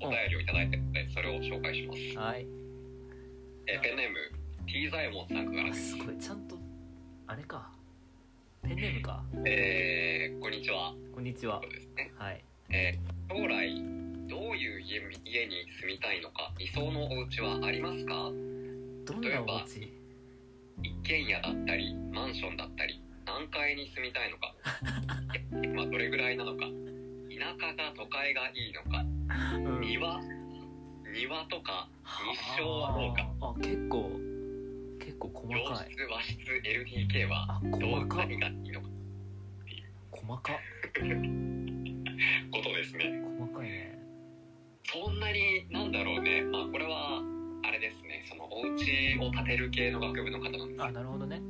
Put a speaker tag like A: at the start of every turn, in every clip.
A: お便りをいただいてるのでそれを紹介します、
B: はい
A: えーペンネーム T ザイモンさんから
B: あ
A: です
B: すごいちゃんとあれかペンネームか
A: えーこんにちは
B: こんにちは
A: ということですね、
B: はい
A: えー将来どういう家み家に住みたいのか理想のお家はありますか
B: どんなお家
A: 一軒家だったりマンションだったり何階に住みたいのか まあどれぐらいなのか田舎か都会がいいのか
B: うん
A: 庭庭とか
B: はあ
A: 日照はどうか
B: あ結構結構細
A: 洋室
B: か
A: 和
B: い
A: 室 LDK は
B: あ
A: ど
B: 細
A: う
B: か
A: 何がいいのか
B: 細か
A: ことですね
B: 細かいね
A: そんなになんだろうねまあこれはあれですねそのお家を建てる系の学部の方なんです
B: あなるほどね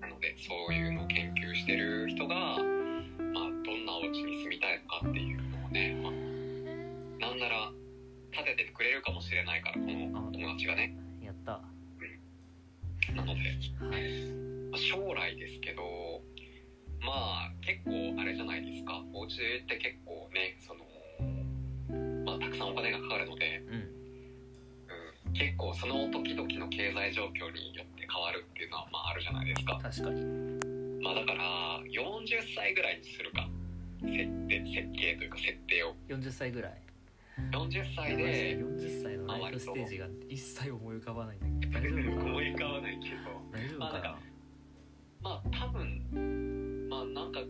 A: なのでそういうのを研究してる人が、まあ、どんなお家に住みたいのかっていうのをね、まあなんなら建ててくれるかもしれないからこの友達がね
B: やったは
A: なので、
B: い
A: まあ将来ですけどまあ結構あれじゃないですかお家って結構ねその、まあ、たくさんお金がかかるので、
B: うん
A: うん、結構その時々の経済状況によって変わるっていうのはまああるじゃないですか。
B: 確かに
A: まあだから40歳ぐらいにするか設定設計というか設定を
B: 40歳ぐらい
A: 40
B: いや
A: 歳
B: マジ
A: で
B: で40歳のライフステージが一切思い浮かばないんだけど大丈夫かな
A: 思い浮かばないけど
B: 大丈夫かな
A: まあ多分まあなんか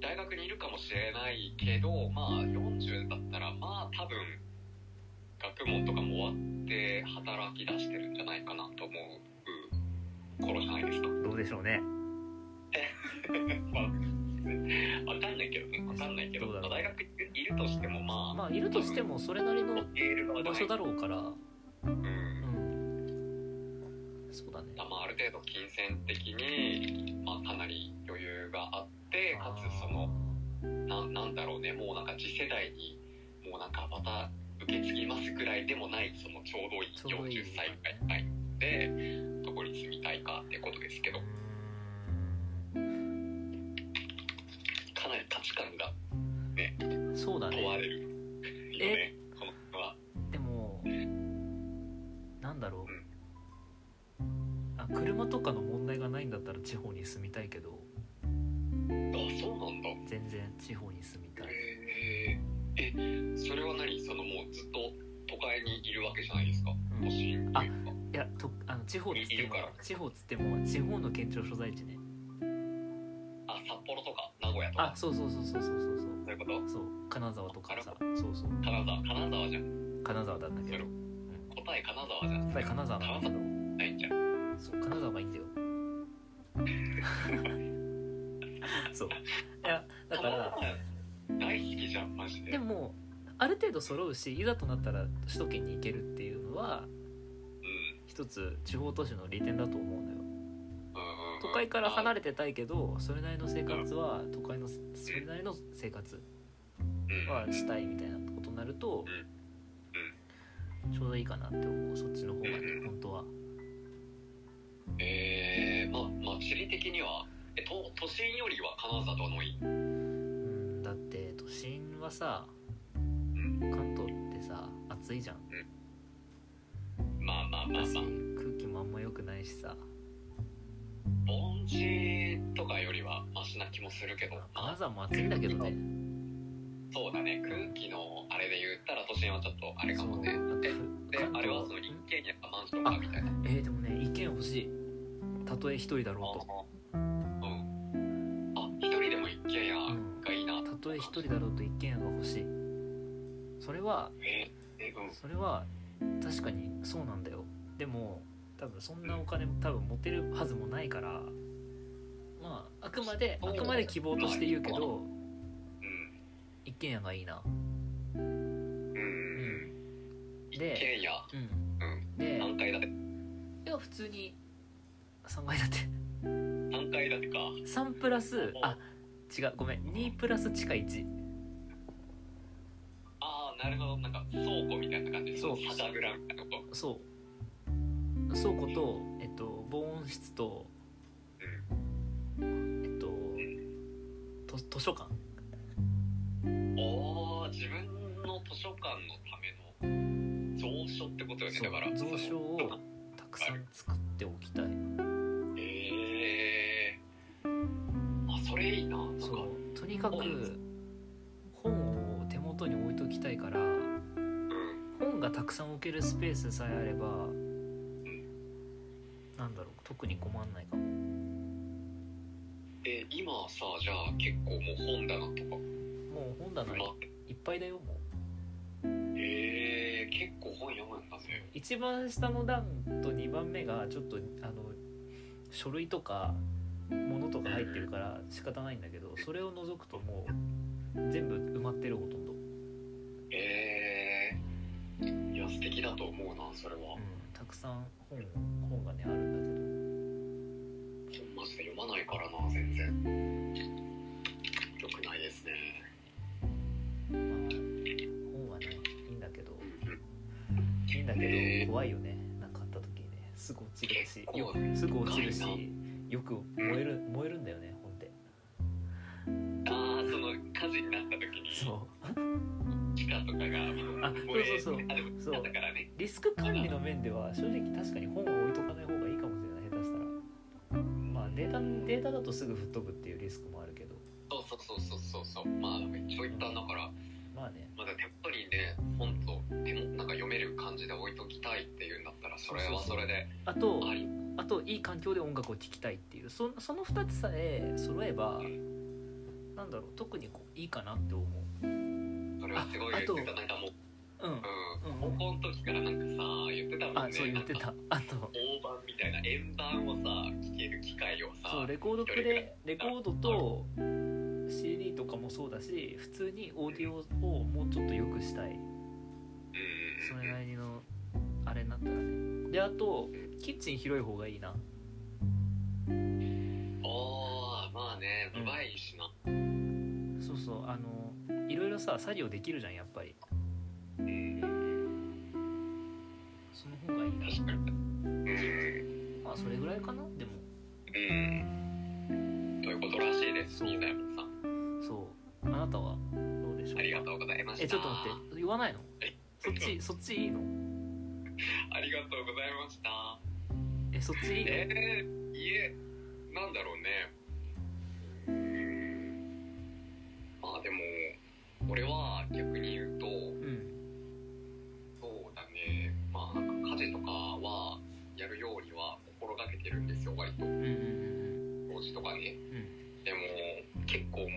A: 大学にいるかもしれないけどまあ40だったらまあ多分学問とかも終わって働き出してるんじゃないかなと思う頃じゃないですか。
B: どうでしょうね
A: まあわかんないけどねわかんないけど
B: どうだろう
A: まあ大学いるとしてもまあ、
B: まあいるとしてもそれなりの
A: 教える側じゃな
B: 場
A: い
B: 所だろうから
A: うん
B: うんそうだね
A: まあ、ある程度金銭的に、まあ、かなり余裕があってかつそのななんだろうねもうなんか次世代にもうなんかまた受け継ぎますぐらいでもないそのちょう
B: ちょう
A: ど
B: ど
A: い
B: い
A: い
B: い
A: 40歳ぐらいでどこに住みたいかってことですけどかなり価値観が
B: うんそうだ
A: 問わ
B: ね
A: れるよねこの人は
B: でもなんだろうあ車とかの問題がないんだったら地方に住みたいけど
A: あそうなんだ
B: 全然地方に住みたい
A: へええそれは何そのもうずっと都会にいるわけじゃないですか
B: うん
A: 都
B: い
A: 心っていうか
B: やとあの地方っつ
A: い
B: って
A: る
B: も
A: から
B: 地方っつっても地方の県庁所在地ね
A: あ札幌とか名古屋と
B: あ
A: か
B: そうそうそうそうそうそうそう
A: そういうこと
B: そう金沢とかさそうそう
A: 金沢金沢じゃん
B: 金沢なんだ
A: そ
B: け
A: れ
B: ど
A: 答え金沢じゃん
B: やっぱり金沢なんだけど
A: ないんじゃん
B: そう金沢がいいんだよ そういやだから
A: 金沢大好きじゃんマジで
B: でもある程度揃うしいざとなったら首都圏に行けるっていうのは
A: うん
B: 一つ地方都市の利点だと思うのよ
A: うんうん
B: 都会から離
A: れ
B: れてたいけどそれなりの生活は都会のそれなりの生活はしたいみたいなことになるとちょうどいいかなって思うそっちの方がね
A: うん
B: 本当は
A: えーまあまあ地理的にはえ都都心よりは金沢とはのい
B: うんだって都心はさ
A: ん
B: 関東ってさ暑いじゃん
A: まあまあまあ
B: だし
A: まあ
B: 空気もあんま良くないしさ
A: 盆地とかよりはマシな気もするけどま
B: 金
A: あ
B: 沢も暑いんだけどね
A: そうだね空気のあれで言ったら都心はちょっとあれか
B: そう
A: もね
B: あと
A: でで
B: 関東
A: あれはその一軒家かマンションかみたいな
B: えー、でもね意見欲しいたとえ一人だろ
A: うんあ一人でも一軒家がいいな
B: うとたとえ一人だろうと一軒家が欲しいそれは
A: ええうん
B: それは確かにそうなんだよでも多分そんなお金多分持てるはずもないからまああくまであくまで希望として言うけど
A: うん
B: 一軒家がいいな
A: うんうん一
B: で
A: 軒家
B: うん
A: うん
B: で
A: 何階建て
B: いや普通に3階建て
A: 何階建てか
B: 3プラスあ違うごめん2プラス地下1
A: ああなるほどなんか倉庫みたいな感じ
B: そう
A: 酒蔵みたいなこと
B: そう倉庫と、えっと、防音室と
A: う
B: えっとと図書館
A: んおー自分の図書館のための蔵書ってことよね
B: そ
A: だ
B: う
A: から
B: 蔵書をたくさん作っておきたい
A: ええあそれいいななんか
B: そうとにかく本を手元に置いときたいから
A: うん
B: 本がたくさん置けるスペースさえあればなんだろう特に困んないかも
A: え今さじゃあ結構もう本棚とか
B: もう本棚
A: ま
B: いっぱいだよもう
A: ええ結構本読むんだね
B: 一番下の段と2番目がちょっとあの書類とか物とか入ってるから仕方ないんだけどそれを除くともう全部埋まってるほとんど、
A: ええいや素敵だと思うなそれは
B: うん、たくさん本本がねあるんだけど
A: 本マジで読まないからな全然よくないですね
B: まあ、本はねいいんだけど
A: うんうん
B: いいんだ
A: え
B: け
A: ー
B: ど怖いよねなんかあった時にねすぐ落ちるし
A: 結構
B: よくすぐ落ちるし
A: 怖い
B: よく燃える燃えるんだよね本って
A: ああその火事になった時に
B: そ
A: 地下とかが
B: あ
A: 燃え
B: そうそうそう
A: あでも地下だからね
B: うリスク管理の面では正直確かに本を置いとかない方がいいかもしれない下手したらまあデータデータだとすぐ吹っ飛ぶっていうリスクもあるけど
A: そうそうそうそうそうそうまあ一応一旦だから
B: まあね
A: まだ手元にね本と手もなんか読める感じで置いときたいっていうんだったらそれはそれで
B: あと
A: あり
B: あといい環境で音楽を聴きたいっていうそその2つさえ揃えばなんだろう特にこういいかなって思う
A: それはすごい言っていただいたもん
B: うん
A: うん高校の時からなんかさ言ってたもんね
B: あそう言って
A: なんか
B: たあと
A: 大盤みたいな円盤をさ聴ける機会をさ
B: そうレコードプレイレコードと CD とかもそうだし普通にオーディオをもうちょっと良くしたい
A: うん
B: そ
A: うん
B: れ
A: うん
B: なりのあれになったらねであとキッチン広い方がいいな
A: ああまあねうまいしな
B: そうそうあのいろいろさ作業できるじゃんやっぱり
A: うん
B: その方がいいな
A: 確かにうん
B: まあそれぐらいかなでも
A: うんということらしいです
B: そう
A: みんなやもさん
B: そうあなたはどうでしょうか
A: ありがとうございました
B: えちょっと待って言わないの
A: え
B: そっちそっちいいの
A: ありがとうございました
B: えそっちいいの
A: えー、いえなんだろうねうーんまあでも俺は逆に言うと
B: うん
A: そうだねまあなんか家事とかはやるようには心がけてるんですよ割と
B: うんうんうん
A: 掃除とかね
B: うんうん
A: でも結構もう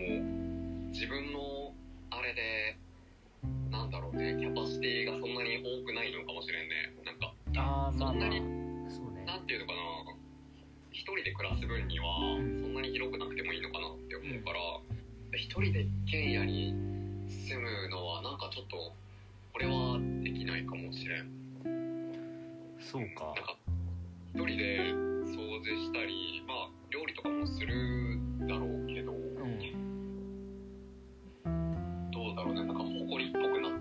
A: 自分のあれでなんだろうねキャパシティがそんなに多くないのかもしれんねなんか
B: あーま
A: そ
B: あ
A: んな
B: まあ
A: に
B: そうね
A: なんていうのかな一人で暮らす分には
B: うん
A: そんなに広くなくてもいいのかなって思うから一人で一軒家に住むのはなんかちょっとこれはできないかもしれん
B: そう
A: な
B: か
A: んか一人で掃除したりまあ料理とかもするだろうけど、
B: うん
A: どうだろうねなんか埃っぽくなっち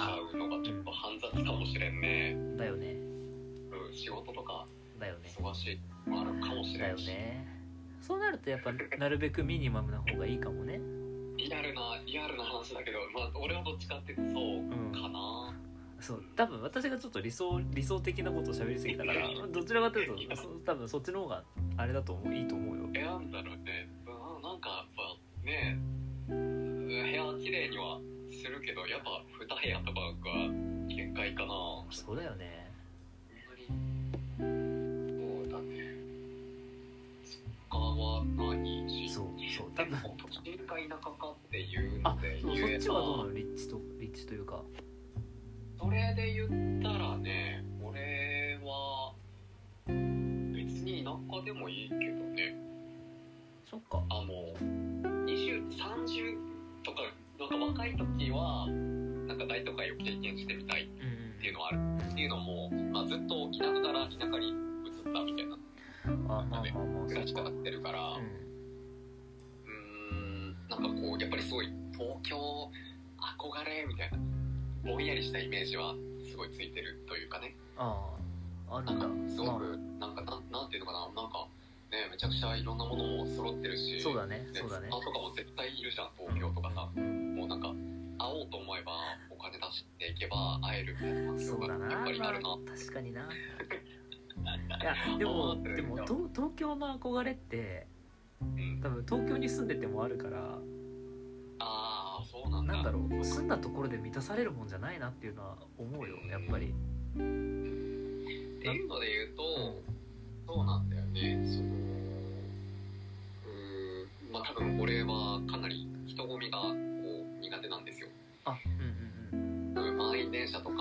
A: ゃうのがちょっと煩雑かもしれんね、
B: だよね
A: うん、仕事とか
B: だよね
A: 忙しいのもあるかもし
B: だ
A: れ
B: よ
A: んし、
B: ねそうなるとやっぱなるべくミニマムな方がいいかもね
A: リアルなリアルな話だけど、まあ、俺はどっちかっていうとそう
B: うん
A: かな、
B: そう多分私がちょっと理想理想的なことを喋りすぎたからどちらかというとそ多分そっちの方があれだと思ういいと思うよ
A: 選んだろうね、うん、なんかやっぱねうん部屋綺麗にはするけどやっぱ2部屋とかが限界かなそん
B: そうだよね
A: なにそうだね他はないし
B: そうそう多
A: 多分
B: 分
A: 都心か田舎かっていう
B: あ
A: ので
B: そうそ
A: 言え
B: っちはどうな
A: ば
B: の立地と立地というか
A: それで言ったらね俺は別に田舎でもいいけどね
B: そっか
A: あの2030とかなんか若い時はなんか大都会を経験してみたい
B: うんうん
A: っていうのはあるっていうのも、まあ、ずっと田舎から田舎に移ったみたいな
B: あまあまあまあそ
A: 暮
B: っ
A: らし
B: か
A: 方してるから。
B: うん
A: うーんなんかこうやっぱりすごい東京憧れみたいなぼんやりしたイメージはすごいついてるというかね
B: ああある
A: なん
B: ん
A: か
B: だ
A: すご
B: まあ
A: くなんかなんなんていうのかななんかねめちゃくちゃいろんなものも揃ってるし
B: そうだね
A: ね
B: そうだね
A: スマホとかも絶対いるじゃん東京とかさ
B: うん
A: もうなんか会おうと思えばお金出走っていけば会えるみたいな環境
B: そう
A: が
B: だな、
A: やっぱりあるな。
B: まあ確か にないやでも
A: 思ってるよ
B: でも東東京の憧れって
A: うん、
B: 多分東京に住んでてもあるから
A: ああそうなんだ。
B: なんだろう住んだところで満たされるもんじゃないなっていうのは思うよやっぱ
A: っ
B: り
A: ていうので言うと、そうなんだよねそのうーんまあ多分俺はかなり人混みがこう苦手なんですよ
B: あうんうん
A: 多分満員電車とか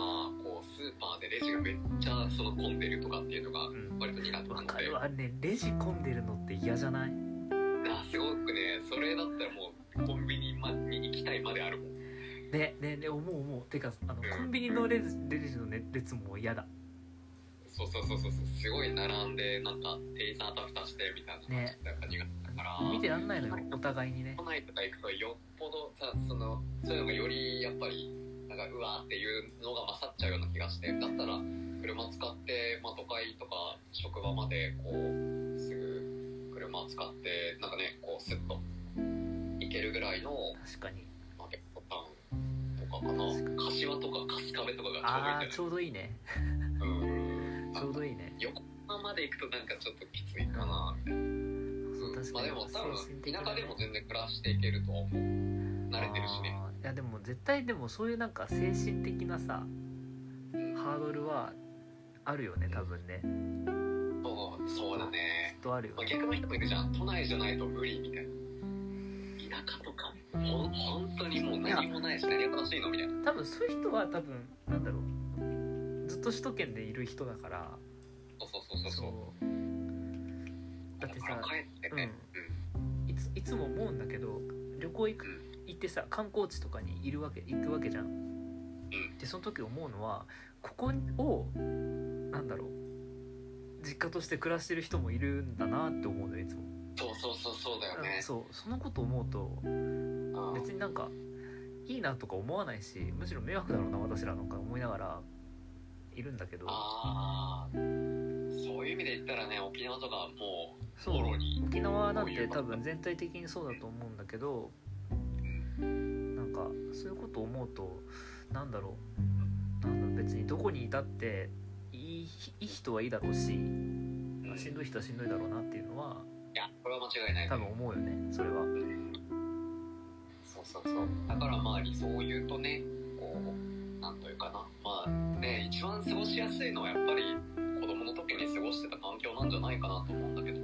A: こうスーパーでレジがめっちゃその混んでるとかっていうのが
B: うん
A: 割と苦手なの
B: うんわか
A: で
B: るわねレジ混んでるのって嫌じゃない
A: あすごくねそれだったらもうコンビニまに行きたいまであるもん
B: ねねね思う思うてかあの
A: うん
B: コンビニのレジレジの、ね、列も嫌だ
A: そうそうそうそうそうすごい並んでなんか店員さんあたふたしてみたいな
B: ね
A: なんか苦手だから
B: 見てらんないのよお互いにね
A: 都内とか行くとよっぽどさそのそういうのがよりやっぱりなんかうわーっていうのが勝っちゃうような気がしてだったら車使って、まあ、都会とか職場までこうすぐ車使ってなんかねこうスッと行けるぐらいの、
B: 確かに
A: まあ、結構タウンとかかな柏とか春日部とか
B: あ
A: が
B: あ
A: ち
B: ち
A: ょ
B: ょうどいいね
A: うどいいんだよねうん
B: ちょうどいいね
A: 横浜まで行くとなんかちょっときついかなみたいな。
B: そう
A: うん
B: 確
A: まあ
B: か
A: で
B: に
A: も多
B: 精神
A: 分
B: 的な
A: 田舎でも全然暮らしていけるとは思う慣れてるしね
B: あーいやでも絶対でもそういうなんか精神的なさハードルはあるよね多分ね
A: そうそうだね
B: きっ、とあるよ
A: まあ、
B: ね
A: 逆の人もいるじゃん都内じゃないと無理みたいな田舎とかほん本当にもう何もないし何が楽しいのみたいな
B: 多分そういう人は多分なんだろうずっと首都圏でいる人だから
A: そうそうそうそう
B: だって
A: だ
B: さ
A: から帰ってね
B: いついつも思うんだけど旅行行く行ってさ観光地とかにいるわけ行くわけじゃん、でその時思うのはここをなんだろう実家として暮らしてる人もいるんだなって思うのよいつも、
A: うんそうそうそうそうだよ
B: う
A: ね
B: んそうそのこと思うと
A: うん
B: 別になんかいいなとか思わないしむしろ迷惑だろうな私らなんか思いながらいるんだけど
A: ああそういう意味で言ったらね沖縄とかもう
B: そ
A: ボ
B: う
A: ロに
B: 沖縄なんて多分全体的にそうだと思うんだけどなんかそういうことを思うとなんだろうなんだろう別にどこにいたっていいいい人はいいだろう
A: う
B: し
A: ん
B: しん
A: い
B: どい人はしんどいだろうなっていうのは
A: やこれは間違いない
B: 多分思うよねそれは。
A: そうそうそうだからまあ理想を言うとねこうなんというかなまあね一番過ごしやすいのはやっぱり子供の時に過ごしてた環境なんじゃないかなと思うんだけど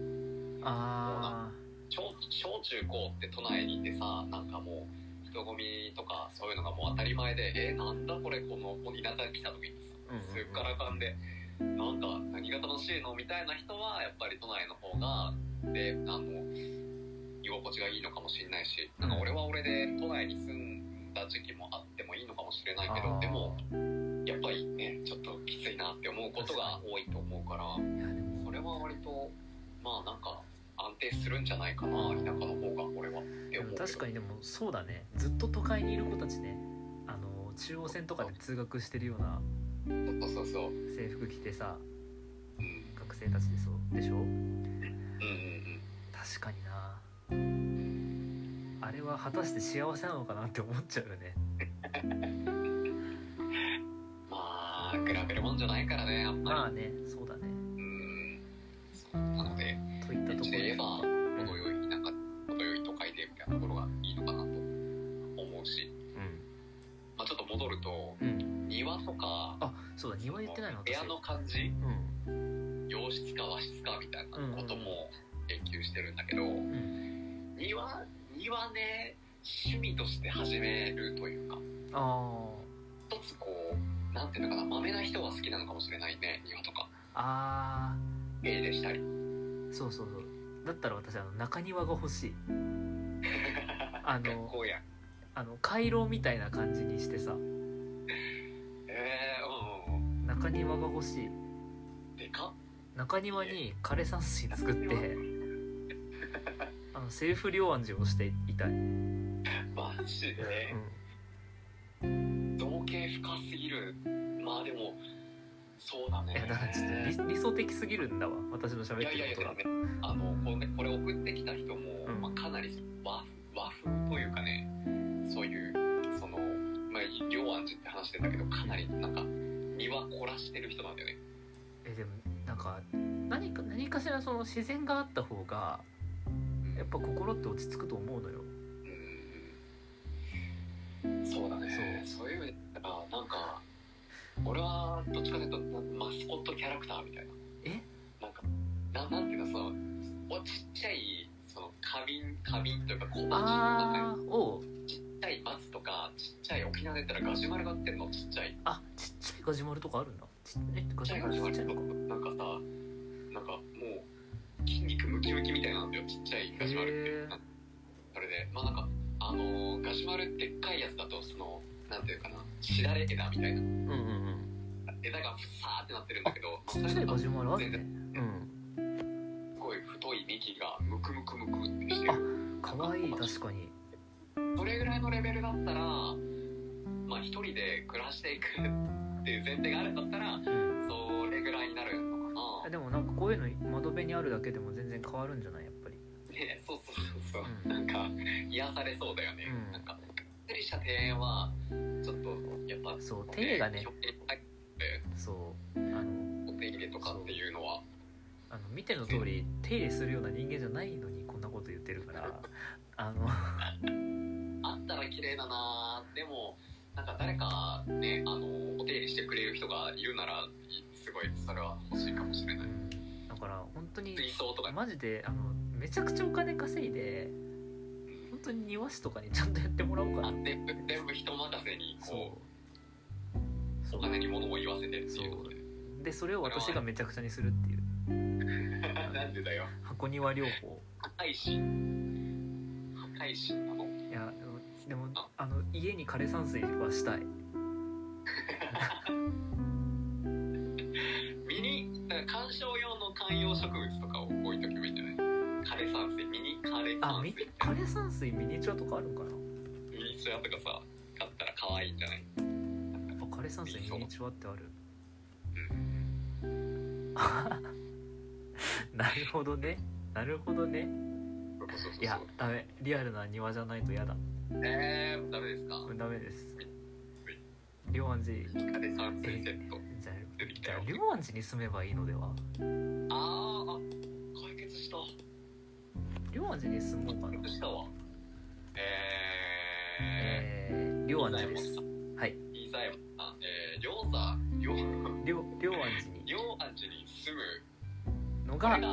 B: あ
A: 小小中高って都内にいてさなんかもう人混みとかそういうのがもう当たり前でえなんだこれこのこう田舎に来た時にさ
B: うんうんうん
A: すっからかんでなんか何が楽しいのみたいな人はやっぱり都内の方がであの居心地がいいのかもしれないしなんか俺は俺で都内に住んだ時期もあってもいいのかもしれないけど
B: あー
A: でもやっぱりねちょっときついなって思うことが多いと思うから
B: あいやでも
A: それは割とまあなんか安定するんじゃないかな田舎の方が俺はって
B: で
A: 思う
B: も
A: けど
B: 確かにでもそうだねずっと都会にいる子たちねあの中央線とかで通学してるような
A: そうそうそう
B: 制服着てさ
A: うん
B: 学生たちでそうでしょ
A: うんうん
B: 確かになあれは果たして幸せなのかなって思っちゃうよね
A: うんまあ比べるもんじゃないからねやっぱり、
B: まあねそうだね
A: うんそうなので
B: といったところ
A: ちで言えば
B: ん
A: 程よい田舎程よい都会でみたいなところがいいのかなと思うし、まあ、ちょっと戻ると
B: うん、うん、
A: 庭とか
B: あそうだ庭言ってないの
A: 部屋の感じ
B: うん
A: 洋室か和室かみたいなことも研究してるんだけど、
B: うん
A: 庭庭ね趣味として始めるというか
B: あ
A: 一つこうなんていうのかな豆な人は好きなのかもしれないね庭とか
B: ーあ
A: 家でしたり
B: ーそうそうそうだったら私あの中庭が 欲しいあ
A: 学
B: の
A: 校や
B: あの回廊みたいな感じにしてさ
A: えー、うんうんう
B: 中庭が欲しい
A: んでかっ
B: 中庭に枯山水作ってあのセルフ両安寺をしていたい、うん、
A: マジで造形深すぎるまあでもそうだね
B: いやだからちょっと理理想的すぎるんだわ私の
A: い
B: 喋っ
A: やい
B: て
A: やい
B: る
A: や
B: こ
A: で
B: と
A: も
B: が
A: ねあのこれこれ送ってきた人も、
B: うん
A: まあ、かなり和和風というかねそういうその、まあ、両安じって話してんだけどかなりなんか庭凝らしてる人なんだよね
B: えでもなんか何か何かしらその自然があった方がやっぱ心って落ち着くと思うのよ
A: うんそうだねそういう意味でだからなんか俺はどっちかというとマスコットキャラクターみたいな
B: え
A: なんかななんていうかさおちっちゃいその花瓶花瓶というか小鉢の中
B: あーおう
A: にちっちゃい松とかちっちゃい沖縄で言ったらガジュマルがってんのちっちゃい
B: あちっちゃいガジュマルとかあるんだちっえガ
A: ちっち
B: ジ
A: ゃい
B: ュ
A: ガ
B: マル
A: ジュ
B: ち
A: マ
B: っちゃ
A: ル
B: い
A: と
B: の
A: か
B: か
A: なんかさなんかもう筋肉ムキムキみたいなんだよちっちゃいガジュマルって
B: へー
A: なんかそれでまあなんかあのーガジュマルでっかいやつだとそのなんていうかなしだれ枝みたいな
B: うんうんうん
A: 枝がふさーってなってるんだけど
B: ちっちゃい
A: まあそ
B: ガ
A: れ
B: ジュマルあるねう
A: がすごい太い幹がムクムクムクってしてる
B: んかわいい確かに
A: それぐらいのレベルだったらまあ一人で暮らしていくっていう前提があるんだったら
B: うん
A: それぐらいになるのかな
B: あでもなんかこういうの窓辺にあるだけでも全然変わるんじゃないやっぱり
A: ねそうそうそうそう、
B: うん
A: なんか癒されそうだよね、
B: うん
A: なんかがっつりした庭園はちょっとやっぱ
B: そう手入れがね
A: 表現入って
B: そうあの
A: お手入れとかっていうのは
B: あの見ての通り手入れするような人間じゃないのにこんなこと言ってるから あの
A: あったら綺麗だなでもなんか誰かねあのお手入れしてくれる人がいるならいすごいそれは欲しいかもしれな
B: う
A: い
B: んだから本当に
A: 水槽とか
B: マジであのめちゃくちゃお金稼いで本当に庭師とかにちゃんとやってもらおうかな
A: あ全部全部人任せにこ
B: そう
A: う
B: そ
A: お金に
B: う
A: 物を言わせてっていうことで
B: でそれを私がめちゃくちゃにするっていう
A: なんでだよ
B: 箱庭療法
A: 破壊心破壊心なの
B: いやでもでもあの家に枯山水はしたい
A: ミニ、だから観賞用の観葉植物とかを置いとけばいいんじゃない枯山水、ミニ枯
B: あ
A: 山
B: ミニ
A: 水。
B: 枯山水ミニチュアとかあるんかな
A: ミニチュアとかさ、買ったら可愛いんじゃない
B: あ枯山水ミニチュアってある
A: うん。
B: なるほどねなるほどね
A: そうそうそうそう。
B: いやダメリアルな庭じゃないと嫌だ
A: えー、ダメですか
B: うんダメです両安寺
A: 枯山水セット。
B: じゃあ
A: 出てき
B: じ
A: た
B: ゃ
A: よ
B: あ両安寺に住めばいいのでは
A: あー、あ、解決した。
B: 両安寺に住もうか
A: 解
B: な
A: 決したわ。え
B: えー、
A: ー、
B: 両安寺です
A: いざ
B: はい
A: いざえもんさん。えー、りょうさん、りょう、
B: 両両安寺に
A: りょうあんちに住む。
B: の
A: こ
B: が
A: れが、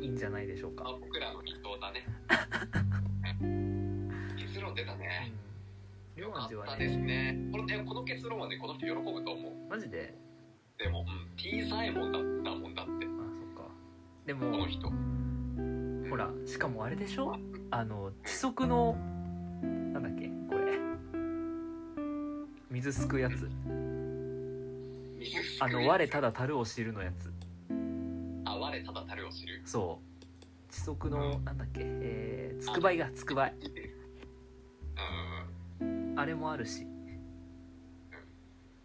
B: いいんじゃないでしょう
A: あ
B: か、
A: 僕らの理想 だね。結論出た
B: う
A: ね。
B: ん、両
A: あ
B: 安寺
A: っ
B: は
A: たです
B: ね
A: ね。これね、この結論はね、この人喜ぶと思う。
B: マジで
A: でも、うん、T サイモンだったもんだって
B: あ、そっかで
A: こ
B: も
A: の人。
B: ほらしかもあれでしょあの地足のなんだっけこれ水すくやつ
A: 水すく
B: あ
A: やつ
B: の我た。だ樽を知るのやつ
A: あ、我ただたるを知る。
B: そう地足のなんだっけえーつくばいがつくばい
A: うん
B: あれもあるし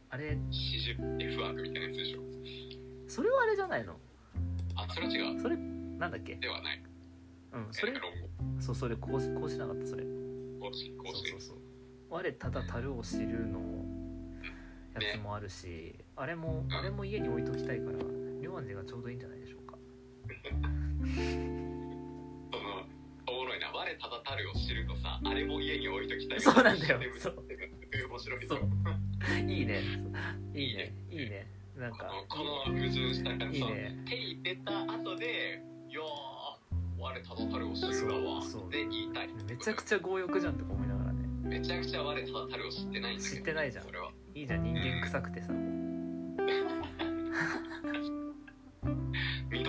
B: あれ
A: うん、四十 F ワークみたいなやつでしょ。
B: それはあれじゃないの
A: あ、それは違う。
B: それなんだっけ
A: ではない。
B: うんそれ
A: えー論
B: そうそれこうしこうしなかったそれ
A: 語、公式、公
B: そう
A: 式
B: そう。そう我ただ樽を知るのやつもあるしあれもあれも家に置いときたいから両安寺がちょうどいいんじゃないでしょうか
A: その、おもろいな。我ただたるを知るとさ、あれも家に置いときたい。
B: そうなんだよ
A: 面
B: そう
A: 白い
B: そ
A: よ
B: う。いいねいいねいいねなん
A: こ
B: か
A: のこの矛盾した感
B: い
A: じ
B: い
A: の
B: ね
A: 手入れた後で「いやー我ただたるを知るだわ」
B: そう
A: で言いたい
B: めちゃくちゃ強欲じゃんとか思いながらね
A: めちゃくちゃ我ただたるを知ってないんだけど
B: 知ってないじゃん
A: それはい
B: いじゃん人間臭くてさ
A: 認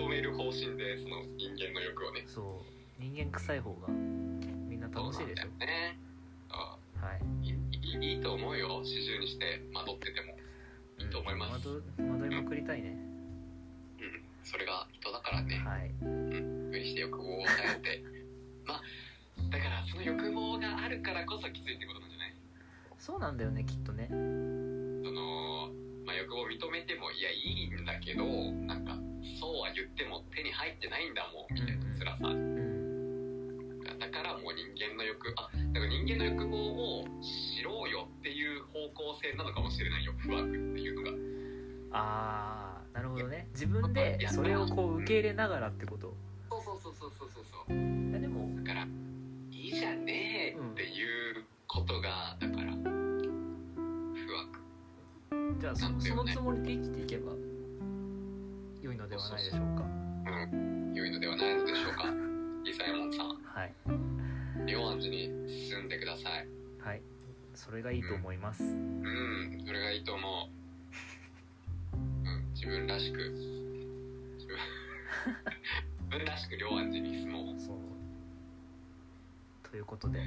A: める方針でその人間の欲をね
B: そう人間臭い方がみんな楽しいでし
A: そうなんだよねあ
B: ょはい
A: いいいいいと思うよ四十にして惑っててもいいと思います、うん、
B: 惑惑いまくりたいね
A: それが人だからね
B: はい
A: 無理して欲望を与えて まあだからその欲望があるからこそきついってことなんじゃない
B: そうなんだよねきっとね
A: その、まあ、欲望を認めてもいやいいんだけどなんかそうは言っても手に入ってないんだもんみたいな辛さ
B: うん
A: だからもう人間の欲あだから人間の欲望を知ろうよっていう方向性なのかもしれないよ不惑っていうのが
B: あーなるほどね自分でそれをこう受け入れながらってこと
A: そうそうそうそうそうそうそう
B: いやでも
A: だからいいじゃねえっていうことがだから不惑
B: じゃあそのそのつもりで生きていけば良いのではないでしょうか
A: うん良いのではないのでしょう か伊左衛門さん
B: はい
A: 両安寺に進んでください
B: はいそれがいいと思います、
A: うんそれがいいと思ううん自分らしく自分 自分らしく両安寺に住もう
B: そうということで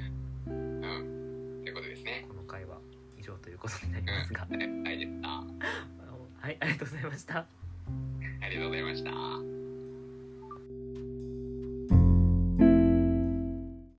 A: うんってことですね
B: この回は以上ということになります が
A: はいでした
B: あのはいありがとうございました
A: ありがとうございました